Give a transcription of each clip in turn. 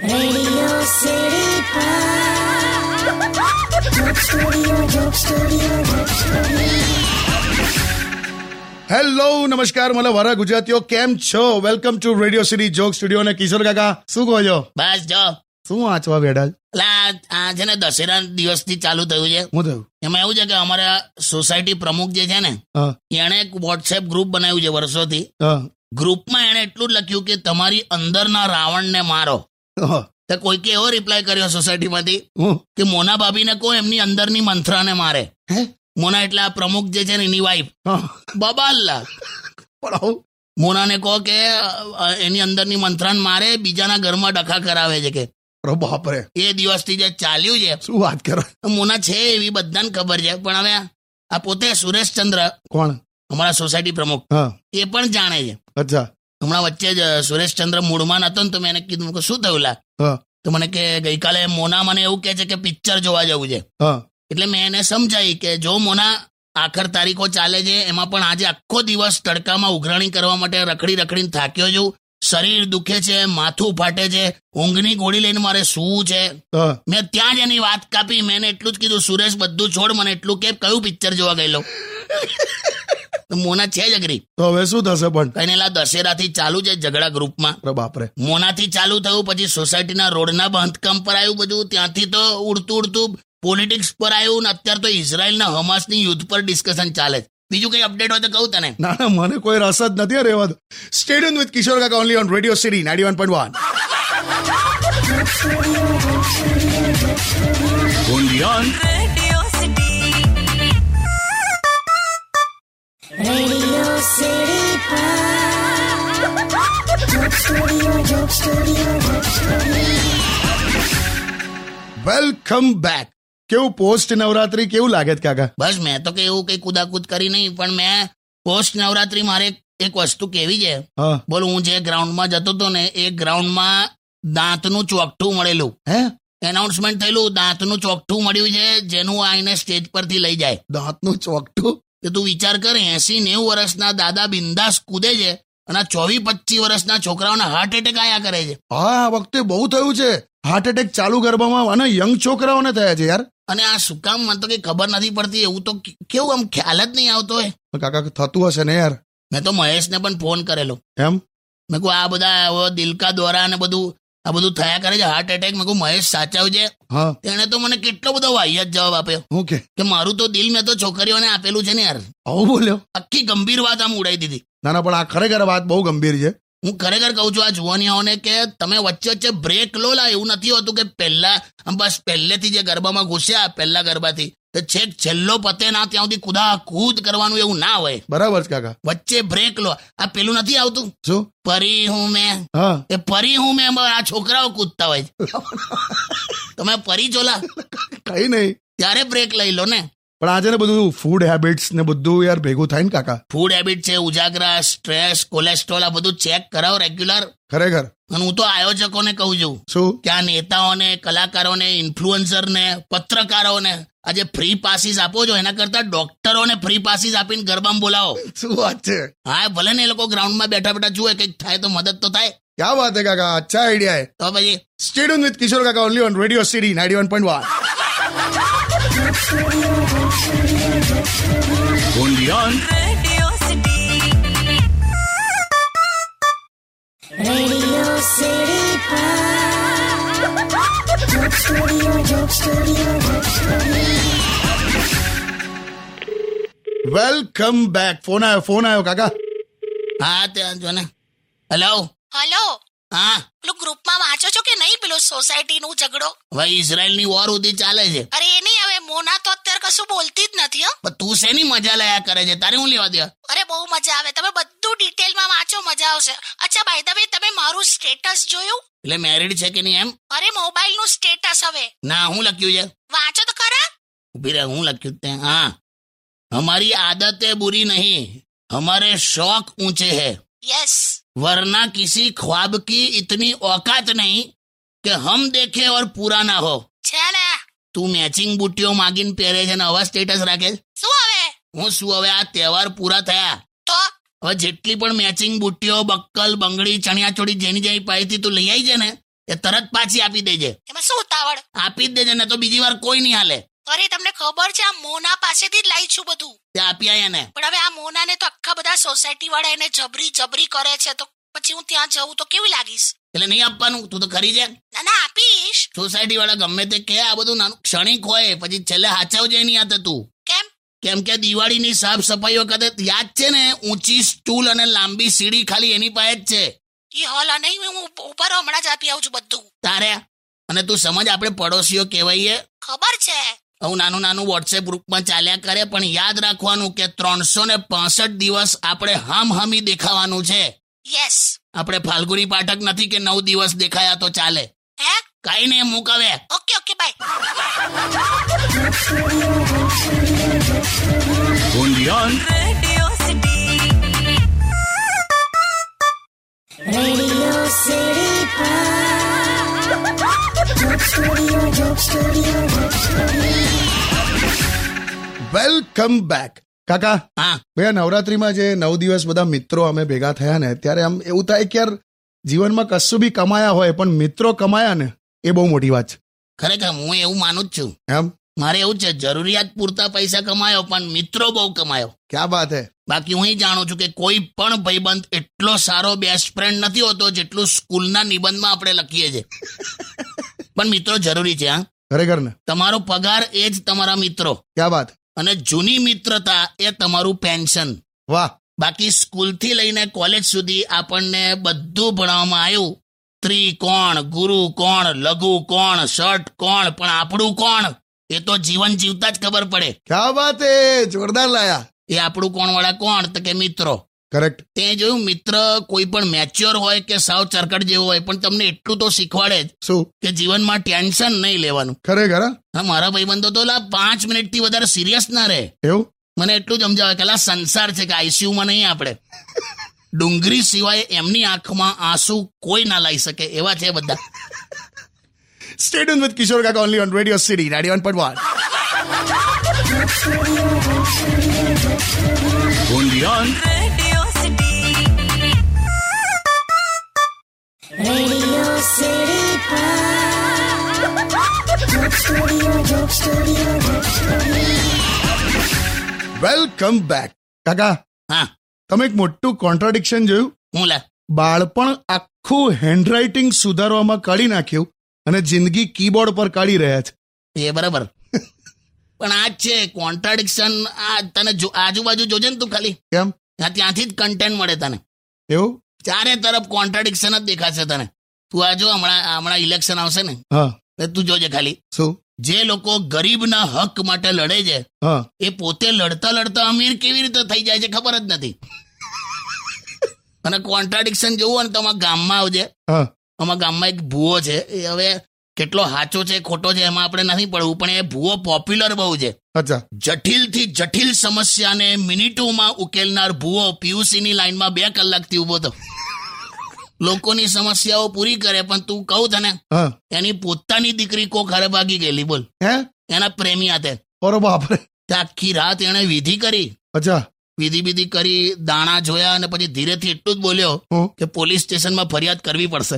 Radio City Pod. Joke Studio, Joke Studio, Joke Studio. Hello નમસ્કાર મને વારા ગુજરાતીઓ કેમ છો welcome to radio city joke studio ને કિશોર કાકા શું કહો છો બસ જો શું વાંચવા બેડા છે? પેલા આ છે ને દશેરા દિવસથી ચાલુ થયું છે હું થયું એમાં એવું છે કે અમારા સોસાયટી પ્રમુખ જે છે ને હા, એણે એક વોટ્સએપ ગ્રુપ બનાવ્યું છે વર્ષોથી હા, ગ્રુપમાં એણે એટલું જ લખ્યું કે તમારી અંદરના રાવણને મારો હા, તો કોઈકે એવો રિપ્લાય કર્યો સોસાયટીમાંથી હું? કે મોના ભાભીને કહો એમની અંદરની મંથરાને મારે હે? મોના એટલે આ પ્રમુખ જે છે ને એની વાઈફ હા, બબાલ્લા પણ આવું? મોનાને કહો કે અ, એની અંદરની મંથરાને મારે બીજાના ઘરમાં ડખા કરાવે છે કે અરે બાપરે એ દિવસથી જે ચાલ્યું છે શું વાત કરો મોના છે એવી બધાને ખબર છે પણ હવે આ પોતે સુરેશચંદ્ર કોણ અમારા સોસાયટી પ્રમુખ હા એ પણ જાણે છે અચ્છા હમણાં વચ્ચે જ અ, સુરેશચંદ્ર મૂળમાં નતો ને તો મેં એને કીધું કે શું થયું લા હા તો મને કે ગઈકાલે મોના મને એવું કહે છે કે પિક્ચર જોવા જવું છે હા એટલે મેં એને સમજાવી કે જો મોના આખર તારીખો ચાલે છે એમાં પણ આજે આખો દિવસ તડકામાં ઉઘરાણી કરવા માટે રખડી રખડીને થાક્યો છું શરીર દુખે છે માથું ફાટે છે ઊંઘની ગોળી લઈને મારે સૂવું છે હા. મેં ત્યાં જ એની વાત કાપી મેં એને એટલું જ કીધું સુરેશ બધું છોડ મને એટલું કે કયું પિક્ચર જોવા ગયેલો તો મોના છે જગરી તો હવે શું થશે પણ કનેલા દશેરાથી ચાલુ છે ઝઘડા ગ્રુપમાં અરે બાપરે મોનાથી ચાલુ થયું પછી સોસાયટીના રોડના બાંધકામ પર આવ્યું બધું ત્યાંથી તો ઉડતું ઉડતું પોલિટિક્સ પર આવ્યું ને અત્યારે તો ઇઝરાયલના હમાસની યુદ્ધ પર ડિસ્કશન ચાલે છે બીજું કઈ અપડેટ હોય તો કહું તને ના ના મને કોઈ રસ જ નથી રહેવા દો stadium with Kishore Kaka only on radio city ninety one point one Radio City Pod. Joke Studio, Joke Studio, Joke Studio. Welcome back કેવું પોસ્ટ નવરાત્રી કેવું લાગે છે કાકા બસ મેં તો કે એવું કઈ કુદાકુદ કરી નહીં પણ મેં પોસ્ટ નવરાત્રી મારે એક- એક વસ્તુ કેવી છે હા બોલ હું જે ગ્રાઉન્ડમાં જતો હતો ને એ ગ્રાઉન્ડમાં દાંતનું ચોકઠું મળેલું હે એનાઉન્સમેન્ટ થયેલું દાંતનું ચોકઠું મળ્યું છે જેનું આઈને સ્ટેજ પરથી લઈ જાય દાંતનું ચોકઠું કે તું વિચાર કર એસી નેવું વર્ષના દાદા બિંદાસ કૂદે છે અને ચોવીસ પચીસ વર્ષના છોકરાઓને હાર્ટ એટેક આયા કરે છે હા આ વખતે બહુ થયું છે હાર્ટ એટેક ચાલુ ગરબામાં અને યંગ છોકરાઓને થયા છે યાર અને આ શું કામ મને તો કઈ ખબર નથી પડતી એવું તો કે- કેવું આમ ખ્યાલ જ નહીં આવતો હોય કાકા થતું હશે ને યાર મેં તો મહેશને પણ ફોન કરેલો એમ મેં કહું આ બધા હવે દિલકા દોરા અને બધું આ બધું થયા કરે છે હાર્ટ એટેક મેં કહું મહેશ સાચવજે હા તેણે તો મને કેટલો બધો વાહિયાત જવાબ આપ્યો હું કે કે મારું તો દિલ મેં તો છોકરીઓને આપેલું છે ને યાર આવું બોલ્યો આખી ગંભીર વાત આમ ઉડાઈ દીધી ના ના પણ આ ખરેખર વાત બહુ ગંભીર છે હું ખરેખર કહું છું આ જુવાનિયાઓને કે તમે વચ્ચે વચ્ચે બ્રેક લો લા એવું નથી હોતું કે પહેલા આમ બસ પહેલેથી જે ગરબામાં ઘૂસ્યા પહેલા ગરબાથી તો છેક છેલ્લો પતે ના ત્યાં સુધી કુદા કૂદ કરવાનું એવું ના હોય બરાબર છે કાકા વચ્ચે બ્રેક લો આ પેલું નથી આવતું શું પરી હું મેં હા એ પરી હું મેં એમાં આ છોકરાઓ કૂદતા હોય છે. તમે પરી છો લા કઈ નહીં ત્યારે બ્રેક લઈ લો ને પણ આજે ને બધું ફૂડ હેબિટ્સ ને બધું યાર ભેગું થાય ને કાકા ફૂડ હેબિટ છે ઉજાગરા સ્ટ્રેસ કોલેસ્ટ્રોલ આ બધું ચેક કરાવો રેગ્યુલર ખરેખર અને હું તો આયોજકોને કહું છું શું કે આ નેતાઓને કલાકારોને ઇન્ફ્લુઅન્સરને પત્રકારોને આજે ફ્રી પાસીસ આપો છો એના કરતા ડોક્ટરોને ફ્રી પાસીસ આપીને ગરબામાં બોલાવો શું વાત છે હા ભલે ને એ લોકો ગ્રાઉન્ડમાં બેઠા બેઠા જુએ કંઈક થાય તો મદદ તો થાય ક્યાં વાત હે કાકા અચ્છા આઈડિયા હે તો પછી stadium with Kishore Kaka only on radio city ninety one point one Radio City Pod. Joke Studio, Joke Studio, Joke Studio. Welcome back phone આવ્યો ફોન આવ્યો કાકા હા ત્યાં જો ને હેલો હલો હા પેલું ગ્રુપમાં વાંચો છો કે નહીં પેલું સોસાયટીનું ઝઘડો હવે ઇઝરાયલની વોર ઉધી ચાલે છે અરે એ નહીં હવે મોના તો અત્યારે કશું બોલતી જ નથી હો પણ તું શેની મજા લયા કરે છે તારે હું લેવા દે અરે બહુ મજા આવે તમે બધું ડિટેલમાં વાંચો મજા આવશે અચ્છા બાય ધ વે તમે મારું સ્ટેટસ જોયું એટલે મેરિડ છે કે નહીં એમ અરે મોબાઈલનું સ્ટેટસ હવે ના હું લખ્યું છે વાંચો તો ખરા ઉભી રહે હું લખ્યું તે હા હમારી આદતે બુરી નહીં હમારે શોખ ઊંચે હૈ યસ वरना किसी ख्वाब की इतनी औकात नहीं कि हम देखे और पूरा ना हो છે ને તું મેચિંગ બુટીઓ માગીને પહેરે છે ને આવા સ્ટેટસ રાખે છે? શું હવે હું શું હવે આ તહેવાર પૂરા થયા તો હવે જેટલી પણ મેચિંગ બુટીઓ બક્કલ બંગડી ચણિયાચોળી જેની જેની પાસેથી તું લઈ આવી છે ને એ તરત પાછી આપી દેજે એમાં શું ઉતાવળ આપી જ દેજે ને તો બીજી વાર કોઈ નહીં હાલે અરે તમને ખબર છે આ મોના પાસેથી જ લાઈ છું બધું તે આપી આય એને પણ હવે આ મોનાને તો આખા બધા સોસાયટી વાળા એને જબરી જબરી કરે છે તો પછી હું ત્યાં જઉં તો કેવી લાગીશ એટલે નહીં આપવાનું તું તો ખરી છે ના ના આપીશ સોસાયટી વાળા ગમે તે કે આ બધું નાનું ક્ષણિક હોય પછી છેલ્લે હાચવજે એની હાથે તું કેમ કેમ કે દિવાળીની સાફ સફાઈ વખતે યાદ છે ને ઊંચી સ્ટૂલ અને લાંબી સીડી ખાલી એની પાસે જ છે એ હલ નહીં હું ઉભ- ઉભા રહો હમણાં જ આપી આવું છું બધું તારે અને તું સમજ આપણે પડોશીઓ કહેવાઈએ ખબર છે આવું નાનું નાનું વોટ્સએપ ગ્રુપમાં ચાલ્યા કરે પણ યાદ રાખવાનું કે ત્રણસો ને પાંસઠ દિવસ આપણે હામ હામી દેખાવાનું છે યસ આપણે ફાલ્ગુની પાઠક નથી કે નવ દિવસ દેખાયા તો ચાલે હે કાંઈ નહીં મુકાવે okay okay bye Radio City Pod. Joke Studio, Joke Studio, Joke Studio. Welcome back Kaka હા ભૈયા નવરાત્રીમાં જે નવ દિવસ બધા મિત્રો અમે ભેગા થયા ને ત્યારે આમ એવું થાય કે યાર જીવનમાં કશું બી કમાયા હોય પણ મિત્રો કમાયા ને એ બહુ મોટી વાત છે ખરેખર હું એવું માનું જ છું એમ મારે એવું છે જરૂરિયાત પૂરતા પૈસા કમાયો પણ મિત્રો બહુ કમાયો ક્યાં વાત હે બાકી હું એ જાણું છું કે કોઈ પણ ભાઈબંધ એટલો સારો બેસ્ટ ફ્રેન્ડ નથી હોતો જેટલું સ્કૂલના નિબંધમાં આપણે લખીએ છીએ પણ મિત્રો જરૂરી છે હા ખરેખર ને તમારો પગાર એ જ તમારા મિત્રો ક્યાં વાત અને જૂની મિત્રતા એ તમારું પેન્શન વાહ બાકી સ્કૂલથી લઈને કોલેજ સુધી આપણને બધું ભણાવવામાં આવ્યું ત્રિકોણ ગુરુ કોણ લઘુ કોણ શર્ટ કોણ પણ આપણું કોણ એ તો જીવન જીવતા જ ખબર પડે ક્યાં વાત હે જોરદાર લાયા એ આપણું કોણ વાળા કોણ તો કે મિત્રો કરેક્ટ તે જોયું મિત્ર કોઈ પણ મેચ્યોર હોય કે સાવ ચરકટ જેવો હોય પણ તમને એટલું તો શીખવાડે જ શું કે જીવનમાં ટેન્શન નહીં લેવાનું ખરેખર હા? હા મારા ભાઈબંધો તો લા પાંચ મિનિટથી વધારે સિરિયસ ના રહે એવું મને એટલું જ સમજાવે કે લા સંસાર છે કે આઈસીયુમાં નહીં આપણે ડુંગરી સિવાય એમની આંખમાં આંસુ કોઈ ના લાવી શકે એવા છે બધા stadium with Kishore Kaka only on radio city ninety one point Radio City Pod. Joke Studio, Joke Studio, Joke Studio. Welcome back Kaka હા તમે એક મોટું કોન્ટ્રાડિક્શન જોયું હું લા બાળપણ આખું હેન્ડરાઇટિંગ સુધારવામાં કાઢી નાખ્યું અને જિંદગી કીબોર્ડ પર કાઢી રહ્યા છે એ બરાબર પણ આ જ છે કોન્ટ્રાડિક્શન આ તને જો- આજુબાજુ જોજે ને તું ખાલી કેમ હા, ત્યાંથી જ કન્ટેન્ટ મળે તને એવું ચારે તરફ કોન્ટ્રાડિક્શન જ દેખાશે તને તું આ જો હમણાં હમણાં ઇલેક્શન આવશે ને હા એટલે તું જોજે ખાલી શું જે લોકો ગરીબના હક માટે લડે છે હા એ પોતે લડતા લડતા અમીર કેવી રીતે થઈ જાય છે ખબર જ નથી અને કોન્ટ્રાડિક્શન જોવું હોય ને તો અમારા ગામમાં આવજે હા અમારા ગામમાં એક ભૂવો છે એ હવે કેટલો સાચો છે ખોટો છે એમાં આપણે નથી પડવું પણ એ ભૂવો પોપ્યુલર બહુ છે અચ્છા જટિલથી જટિલ સમસ્યાને મિનિટોમાં ઉકેલનાર ભૂવો પીયુસીની લાઈનમાં બે કલાકથી ઊભો હતો લોકોની સમસ્યાઓ પૂરી કરે પણ તું કહું તને હા એની પોતાની દીકરી કોક હારે ભાગી ગયેલી બોલ હે એના પ્રેમી હાથે ઓરો બાપરે તે આખી રાત એણે વિધિ કરી અચ્છા વિધિ વિધિ કરી દાણા જોયા અને પછી ધીરેથી એટલું જ બોલ્યો હું કે પોલીસ સ્ટેશનમાં ફરિયાદ કરવી પડશે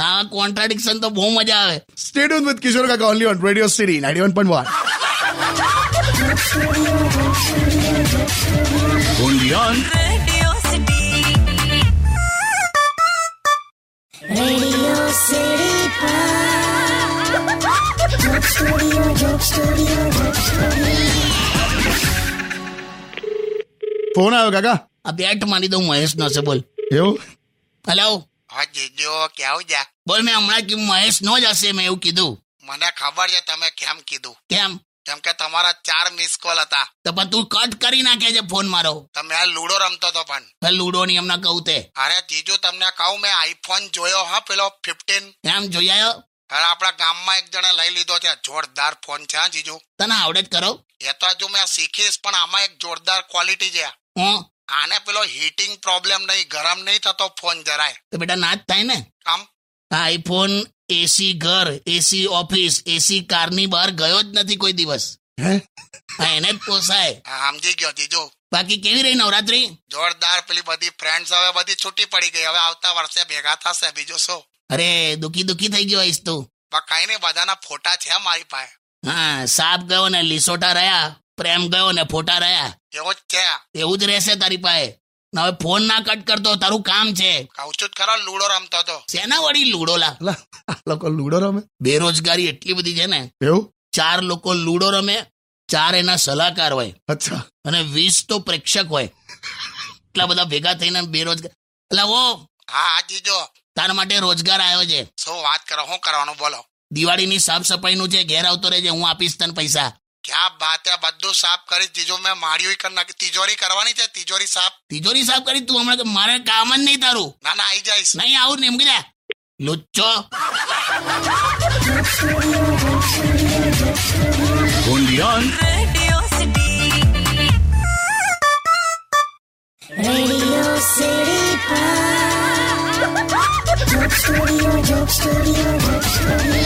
હા કોન્ટ્રાડિક્શન તો બહુ મજા આવે stadium with Kishore Kaka only on radio city ninety one point one Radio City Pod. Joke Studio, Joke Studio, Joke Studio. Phone આવ્યો કાકા આ બેટ માની દઉં મહેશનો છે બોલ એવું હલો હા જીજો કેવું છે બોલ મેં હમણાં કે મહેશ નો જ હશે મેં એવું કીધું મને ખબર છે તમે કેમ કીધું કેમ કેમ કે તમારા ચાર મિસ કોલ હતા તો પણ તું કટ કરી નાખે છે ફોન મારો તમે આ લૂડો રમતો હતો પણ હવે લૂડો ની હમણાં કહું તે અરે જીજુ તમને કહું મેં આઈફોન જોયો હા પેલો ફિફ્ટીન એમ જોઈ આવ્યો અરે આપણા ગામમાં એક જણે લઈ લીધો છે જોરદાર ફોન છે હા જીજુ તને આવડે જ કરો એ તો હજુ મેં શીખીશ પણ આમાં એક જોરદાર ક્વોલિટી છે હું આને પેલો હીટિંગ પ્રોબ્લેમ નહીં ગરમ નહીં થતો ફોન જરાય તો બેટા ના જ થાય ને આમ આઈફોન એસી ઘર એસી ઓફિસ એસી કારની બહાર ગયો જ નથી કોઈ દિવસ હે હા એને જ પોસાય હા, સમજી ગયો જીજુ બાકી કેવી રહી નવરાત્રી જોરદાર પેલી બધી ફ્રેન્ડ્સ હવે બધી છૂટી પડી ગઈ હવે આવતા વર્ષે ભેગા થશે બીજું શું અરે દુખી દુખી થઈ ગયો હઈશ તું પણ કઈ નહીં બધાના ફોટા છે મારી પાસે હા સાપ ગયો ને લીસોટા રહ્યા પ્રેમ ગયો ને ફોટા રહ્યા એવો જ છે એવું જ રહેશે તારી પાસે ને હવે ફોન ના કટ કરતો તારું કામ છે કહું છું જ ખરો લૂડો રમતો હતો શેના વળી લૂડોલા અલા, આ લોકો લૂડો રમે બેરોજગારી એટલી બધી છે ને એવું ચાર લોકો લૂડો રમે ચાર એના સલાહકાર હોય અચ્છા અને વીસ તો પ્રેક્ષક હોય એટલા બધા ભેગા થઈને બેરોજગાર એટલે ઓ હા હા જીજો તારા માટે રોજગાર આવ્યો છે શું વાત કરો શું કરવાનું બોલો દિવાળીની સાફ સફાઈનું છે ઘેર આવતો રહેજે હું આપીશ તને પૈસા ક્યાં વાત હે બધું સાફ કરી જીજો મેં માળીઓ કરી નાખી તિજોરી કરવાની છે તિજોરી સાફ તિજોરી સાફ કરી તું હમણાં કે મારે કામ જ નહીં તારું ના ના આવી જઈશ નહીં આવું નીમકી જા લુચ્ચો Radio City Pod. Joke Studio, Joke Studio, Joke Studio.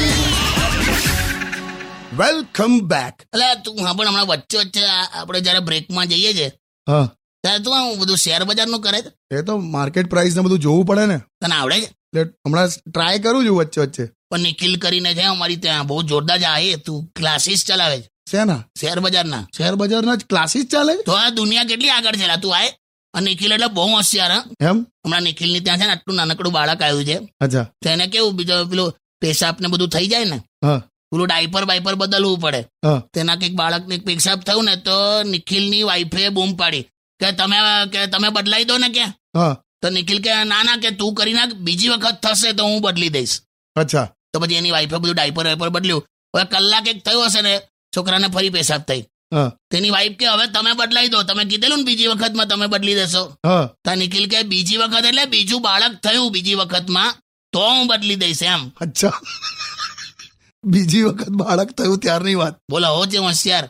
Welcome back એટલે તું હા પણ હમણાં વચ્ચે વચ્ચે આ- આપણે જયારે બ્રેકમાં જઈએ છે હા ત્યારે તું આવું બધું શેર બજારનું કરે છે એ તો માર્કેટ પ્રાઇસ ને બધું જોવું પડે ને તને આવડે છે એટલે હમણાં ટ્રાય કરું છું વચ્ચે વચ્ચે પણ નિખિલ કરીને છે અમારી ત્યાં બહુ જોરદાર જાય તું ક્લાસીસ ચલાવે છે શેના શેર બજારના શેર બજારના જ ક્લાસીસ ચાલે છે? તો આ દુનિયા કેટલી આગળ છે લા, તું આય અને નિખિલ એટલે બહુ હોશિયાર હા. એમ હમણાં નિખિલની ત્યાં છે ને આટલું નાનકડું બાળક આવ્યું છે અચ્છા તો એને કેવું બીજો પેલું પેશાબ ને બધું થઈ જાય ને હા પેલું ડાયપર બાયપર બદલવું પડે હા તેના કંઈક બાળકને પેશાબ થયું ને તો નિખિલની વાઈફે બૂમ પાડી કે તમે કે તમે બદલાઈ દો ને કે હા તો નિખિલ કે ના ના કે તું કરી નાખ બીજી વખત થશે તો હું બદલી દઈશ અચ્છા તો પછી એની વાઈફે બધું ડાયપર વાયપર બદલ્યું હવે કલાક એક થયો હશે ને છોકરાને ફરી પેશાબ થઈ હા તેની વાઈફ કે હવે તમે બદલાઈ દો તમે કીધેલું ને બીજી વખતમાં તમે બદલી દેશો હા તો નિખિલ કે બીજી વખત એટલે બીજું બાળક થયું બીજી વખતમાં તો હું બદલી દઈશ એમ અચ્છા બીજી વખત બાળક થયું ત્યારની વાત બોલો હો જે હોશિયાર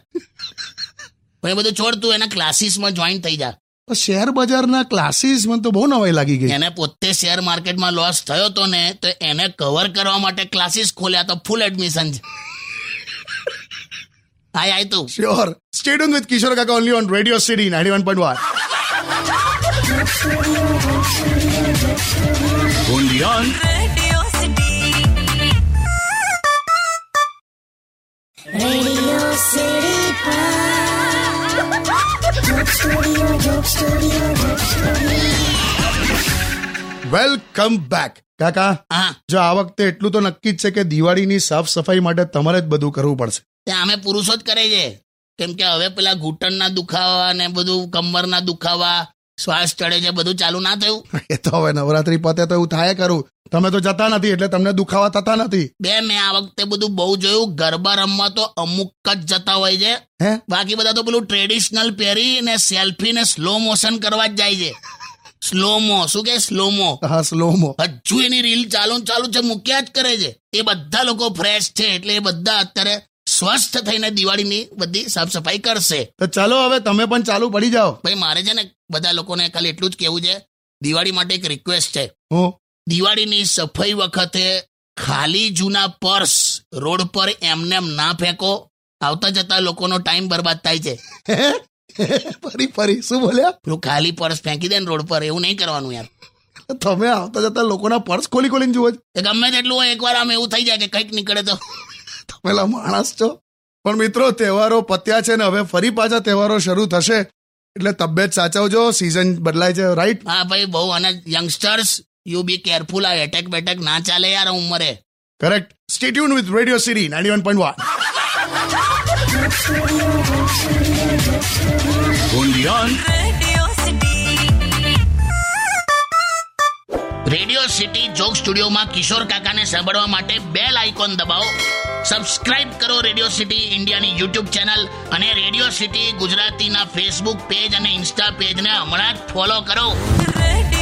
પણ એ બધું છોડ તું એના ક્લાસીસમાં જોઈન થઈ જા પણ શેર બજારના ક્લાસીસ મને તો બહુ નવાઈ લાગી ગઈ એને પોતે શેર માર્કેટમાં લોસ થયો તો ને તો એને કવર કરવા માટે ક્લાસીસ ખોલ્યા તો ફૂલ એડમિશન છે આય આય તું sure stadium with Kishore Kaka only on radio city ninety one point one Radio City Pod. Joke Studio, Joke Studio, Joke Studio. Welcome back Kaka હા જો આ વખતે એટલું તો નક્કી જ છે કે દિવાળીની સાફ સફાઈ માટે તમારે જ બધું કરવું પડશે ત્યાં અમે પુરુષો જ કરે છે કેમ કે હવે પેલા ઘૂંટણના દુખાવા ને બધું કમરના દુખાવા શ્વાસ ચડે છે બધું ચાલુ ના થયું એ તો હવે નવરાત્રી પતે તો એવું થાય કરું તમે તો જતા નથી એટલે તમને દુખાવા થતા નથી બે મેં આ વખતે બધું બહુ જોયું ગરબા રમવા તો અમુક જ જતા હોય છે હે બાકી બધા તો પેલું ટ્રેડિશનલ પહેરી ને સેલ્ફી ને સ્લો મોશન કરવા જ જાય છે સ્લોમો શું કે સ્લોમો હા સ્લોમો હજુ એની રીલ ચાલુ ને ચાલુ છે મૂક્યા જ કરે છે એ બધા લોકો ફ્રેશ છે એટલે એ બધા અત્યારે સ્વસ્થ થઈને દિવાળીની બધી સાફ સફાઈ કરશે તો ચાલો હવે તમે પણ ચાલુ પડી જાઓ ભાઈ મારે છે ને બધા લોકોને ખાલી એટલું જ કહેવું છે દિવાળી માટે એક રિક્વેસ્ટ છે હું દિવાળીની સફાઈ વખતે ખાલી જૂના પર્સ રોડ પર એમનેમ ના ફેંકો આવતા જતા લોકોનો ટાઈમ બરબાદ થાય છે હે? ફરી ફરી શું બોલ્યા પેલું ખાલી પર્સ ફેંકી દે ને રોડ પર એવું નહીં કરવાનું યાર તમે આવતા જતા લોકોના પર્સ ખોલી ખોલીને જુઓ છો. એ ગમે તેટલું હોય એકવાર આમ એવું થઈ જાય કે કંઈક નીકળે તો પેલા માણસ છો પણ મિત્રો તહેવારો પત્યા છે ને હવે ફરી પાછા તહેવારો શરૂ થશે એટલે તબિયત સાચવજો સીઝન બદલાય છે રાઈટ હા ભાઈ બહુ અને યંગસ્ટર્સ યુ બી કેરફુલ આ એટેક બેટેક ના ચાલે યાર આ ઉંમરે correct stay tuned with radio city ninety one point one radio city joke સ્ટુડિયોમાં કિશોર કાકાને સાંભળવા માટે બેલ આઇકોન દબાવો સબસ્ક્રાઇબ કરો રેડિયો સિટી ઇન્ડિયાની યુટ્યુબ ચેનલ અને રેડિયો સિટી ગુજરાતીના ફેસબુક પેજ અને ઇન્સ્ટા પેજને હમણાં જ ફોલો કરો Radio